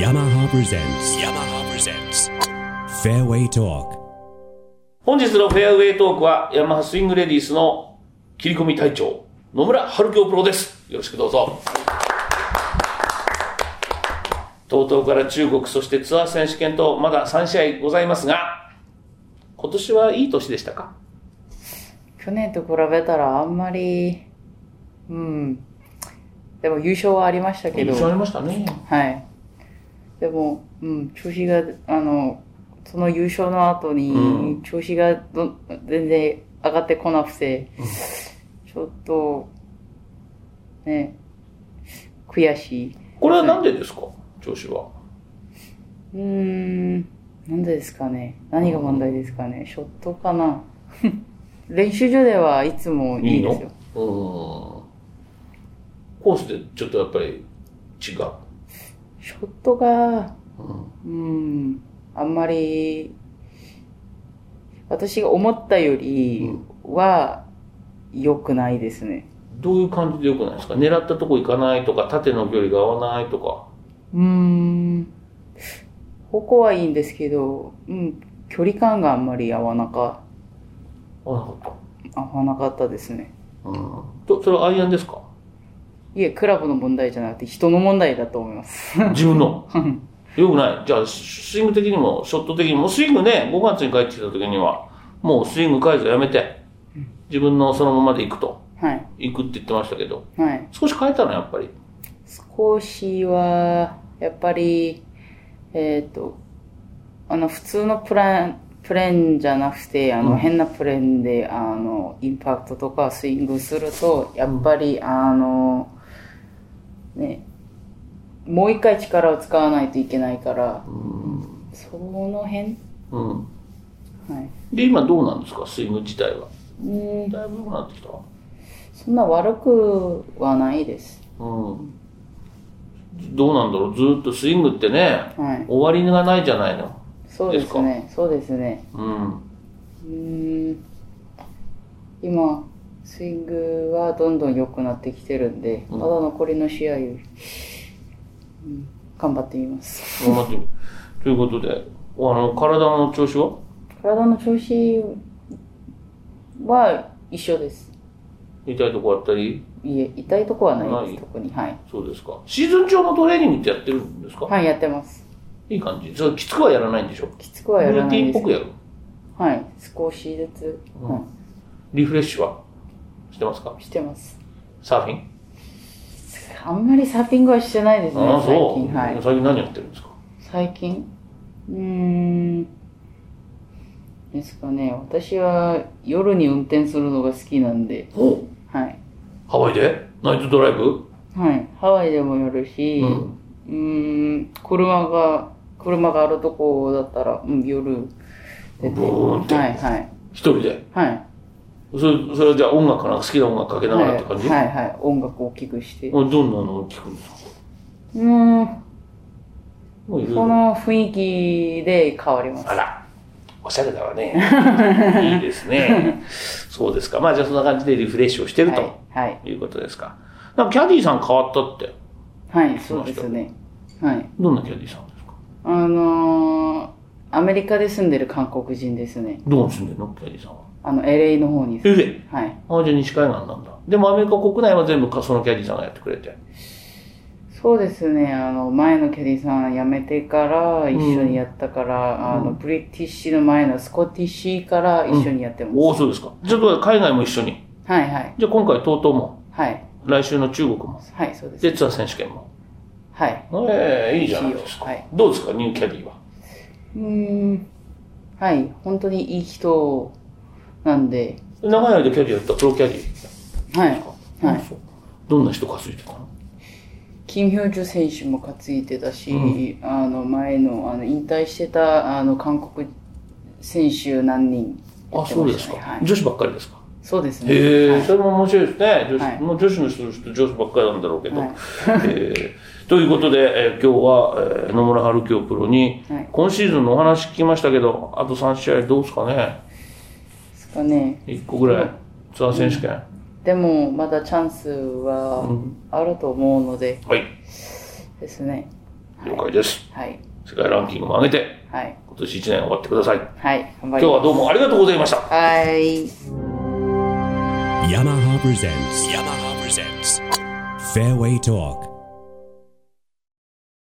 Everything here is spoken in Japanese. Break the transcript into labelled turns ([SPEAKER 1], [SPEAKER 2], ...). [SPEAKER 1] yamaha presents yamaha presents fairway talk
[SPEAKER 2] 本日のフェアウェイトークは、ヤマハスイングレディースの切り込み隊長、野村春京プロです。よろしくどうぞ。とうとうから中国、そしてツアー選手権とまだ3試合ございますが、今年はいい年でしたか
[SPEAKER 3] 去年と比べたらあんまり、うん。でも優勝はありましたけど、
[SPEAKER 2] りましたね。
[SPEAKER 3] はい。でも、うん、調子が、あの、その優勝の後に、
[SPEAKER 2] うん
[SPEAKER 3] 調子がど全然上がってこなくて、ちょっと、ね、悔しい。
[SPEAKER 2] これはなんでですか調子は。
[SPEAKER 3] うーん、なんでですかね。何が問題ですかね。ショットかな。 練習場ではいつもいいですよ。
[SPEAKER 2] うーん。コースでちょっとやっぱり違う。
[SPEAKER 3] ショットが、
[SPEAKER 2] うん
[SPEAKER 3] うん、あんまり、私が思ったよりは良くないですね。
[SPEAKER 2] どういう感じでよくないですか狙ったとこ行かないとか、縦の距離が合わないとか。
[SPEAKER 3] うん、方向はいいんですけど、うん、距離感があんまり合わなか、
[SPEAKER 2] 合わなかった。
[SPEAKER 3] 合わなかったですね。
[SPEAKER 2] うんと、それはアイアンですか
[SPEAKER 3] いえ、クラブの問題じゃなくて人の問題だと思います。
[SPEAKER 2] 自分の。よくない。じゃあ、スイング的にも、ショット的にも、スイングね、5月に帰ってきた時には、もうスイング改造やめて、自分のそのままで行くと、
[SPEAKER 3] はい、
[SPEAKER 2] 行くって言ってましたけど、
[SPEAKER 3] はい。
[SPEAKER 2] 少し変えたの、やっぱり。
[SPEAKER 3] 少しは、やっぱり、えっ、と、あの、普通のプラン、プレーンじゃなくて、あの、変なプレーンで、あの、インパクトとかスイングすると、やっぱり、あの、ね、もう一回力を使わないといけないから、その辺、
[SPEAKER 2] うん。
[SPEAKER 3] はい。
[SPEAKER 2] で、今どうなんですか、スイング自体は。
[SPEAKER 3] うん、
[SPEAKER 2] だいぶ良くなってきた。
[SPEAKER 3] そんな悪くはないです。
[SPEAKER 2] うん。どうなんだろう、ずーっとスイングってね、
[SPEAKER 3] はい。
[SPEAKER 2] 終わりがないじゃないの。
[SPEAKER 3] そうですね、そうですね。
[SPEAKER 2] うん。
[SPEAKER 3] うーん今スイングはどんどん良くなってきてるんで、
[SPEAKER 2] うん
[SPEAKER 3] まだ残りの試合、うん、頑張ってみます
[SPEAKER 2] 頑張ってみるということで、あの、体の調子は
[SPEAKER 3] 体の調子は一緒です
[SPEAKER 2] 痛いとこあったり
[SPEAKER 3] いえ痛いとこはないで
[SPEAKER 2] ない
[SPEAKER 3] す特にはい
[SPEAKER 2] そうですか。シーズン中もトレーニングってやってるんですか、
[SPEAKER 3] はいやってます
[SPEAKER 2] い、い感じ。それきつくはやらないんでしょ
[SPEAKER 3] きつくはやらない
[SPEAKER 2] ルー
[SPEAKER 3] で
[SPEAKER 2] ティンっ
[SPEAKER 3] す
[SPEAKER 2] ぽくやる。
[SPEAKER 3] はい少しずつ、
[SPEAKER 2] うん
[SPEAKER 3] は
[SPEAKER 2] リフレッシュはしてますか
[SPEAKER 3] い、してます
[SPEAKER 2] サーフィン
[SPEAKER 3] あんまりサーフィングはしてないですね
[SPEAKER 2] ああ、
[SPEAKER 3] 最
[SPEAKER 2] そう。
[SPEAKER 3] 近はい
[SPEAKER 2] 最近何やってるんですか
[SPEAKER 3] 最近うーんですかね私は夜に運転するのが好きなんで
[SPEAKER 2] お
[SPEAKER 3] はい、
[SPEAKER 2] ハワイでナイトドライブ
[SPEAKER 3] はい、ハワイでも夜し
[SPEAKER 2] う
[SPEAKER 3] うんーん車が車があるとこだったら、うん、夜出て
[SPEAKER 2] ブーンって
[SPEAKER 3] はいはい
[SPEAKER 2] 一人で。
[SPEAKER 3] はい
[SPEAKER 2] それ、それはじゃあ音楽かな好きな音楽かけながらって感じ、
[SPEAKER 3] はいはいはい音楽を大きくしてう
[SPEAKER 2] どんなのを聴くんですか
[SPEAKER 3] ーん
[SPEAKER 2] もういろい
[SPEAKER 3] こ
[SPEAKER 2] ろ。
[SPEAKER 3] の雰囲気で変わります
[SPEAKER 2] あら、おしゃれだわ ね。いいですね。そうですか。まあじゃあそんな感じでリフレッシュをしてると。
[SPEAKER 3] はいはい、
[SPEAKER 2] いうことですか。なんかキャディーさん変わったって、
[SPEAKER 3] はい、そうですねはい
[SPEAKER 2] どんなキャディーさんですか
[SPEAKER 3] あのーアメリカで住んでる韓国人ですね。
[SPEAKER 2] どこに住んでるのキャディーさんは。
[SPEAKER 3] あの、LA の方に。
[SPEAKER 2] ええ。
[SPEAKER 3] はい。
[SPEAKER 2] ああ、じゃあ西海岸なんだ。でもアメリカ国内は全部かそのキャディーさんがやってくれて。
[SPEAKER 3] そうですね、あの、前のキャディさん辞めてから一緒にやったから、あの、ブリティッシュの前のスコティッシーから一緒にやってます。
[SPEAKER 2] おお、そうですか。じゃあ海外も一緒に。
[SPEAKER 3] はいはい。
[SPEAKER 2] じゃあ今回 TOTO も、
[SPEAKER 3] はい。
[SPEAKER 2] 来週の中国も、
[SPEAKER 3] はい、そうです。
[SPEAKER 2] でツアー選手権も。
[SPEAKER 3] はい。
[SPEAKER 2] ええいいじゃないですか。
[SPEAKER 3] はい
[SPEAKER 2] どうですか、ニューキャディーは。
[SPEAKER 3] うーん。はい、本当にいい人なんで、
[SPEAKER 2] 長い間キャディーやったプロキャディー。
[SPEAKER 3] はい。はい。
[SPEAKER 2] そうどんな人担いでたの
[SPEAKER 3] キム・ヒョジュ選手も担いでたし、あの前のあの引退してたあの韓国選手何人や
[SPEAKER 2] あ、
[SPEAKER 3] って
[SPEAKER 2] そ
[SPEAKER 3] ま
[SPEAKER 2] う
[SPEAKER 3] し
[SPEAKER 2] で
[SPEAKER 3] た
[SPEAKER 2] す
[SPEAKER 3] ね
[SPEAKER 2] か。
[SPEAKER 3] はい
[SPEAKER 2] 女子ばっかりですか。
[SPEAKER 3] そうですね。
[SPEAKER 2] へえ、
[SPEAKER 3] はい
[SPEAKER 2] それも面白いですね。女子、
[SPEAKER 3] はい
[SPEAKER 2] もう女子の人の人、女子ばっかりなんだろうけど。
[SPEAKER 3] はい
[SPEAKER 2] えーということで、えー今日は、えー野村春樹プロに、
[SPEAKER 3] はい
[SPEAKER 2] 今シーズンのお話聞きましたけど、あと3試合どうですかね。
[SPEAKER 3] ですかね。
[SPEAKER 2] 1個ぐらい、
[SPEAKER 3] うん
[SPEAKER 2] ツアー選手権。
[SPEAKER 3] でもまだチャンスはあると思うので
[SPEAKER 2] はい。
[SPEAKER 3] ですね。
[SPEAKER 2] 了解です。
[SPEAKER 3] はい。
[SPEAKER 2] 世界ランキングも上げて、
[SPEAKER 3] はい。
[SPEAKER 2] 今年1年終わってください。
[SPEAKER 3] はい。頑
[SPEAKER 2] 今
[SPEAKER 3] 張り
[SPEAKER 2] 日は
[SPEAKER 3] ま
[SPEAKER 2] どうもありがとうございました。
[SPEAKER 3] す。はい。
[SPEAKER 1] Yamaha presents. Yamaha presents. Fairway Talk.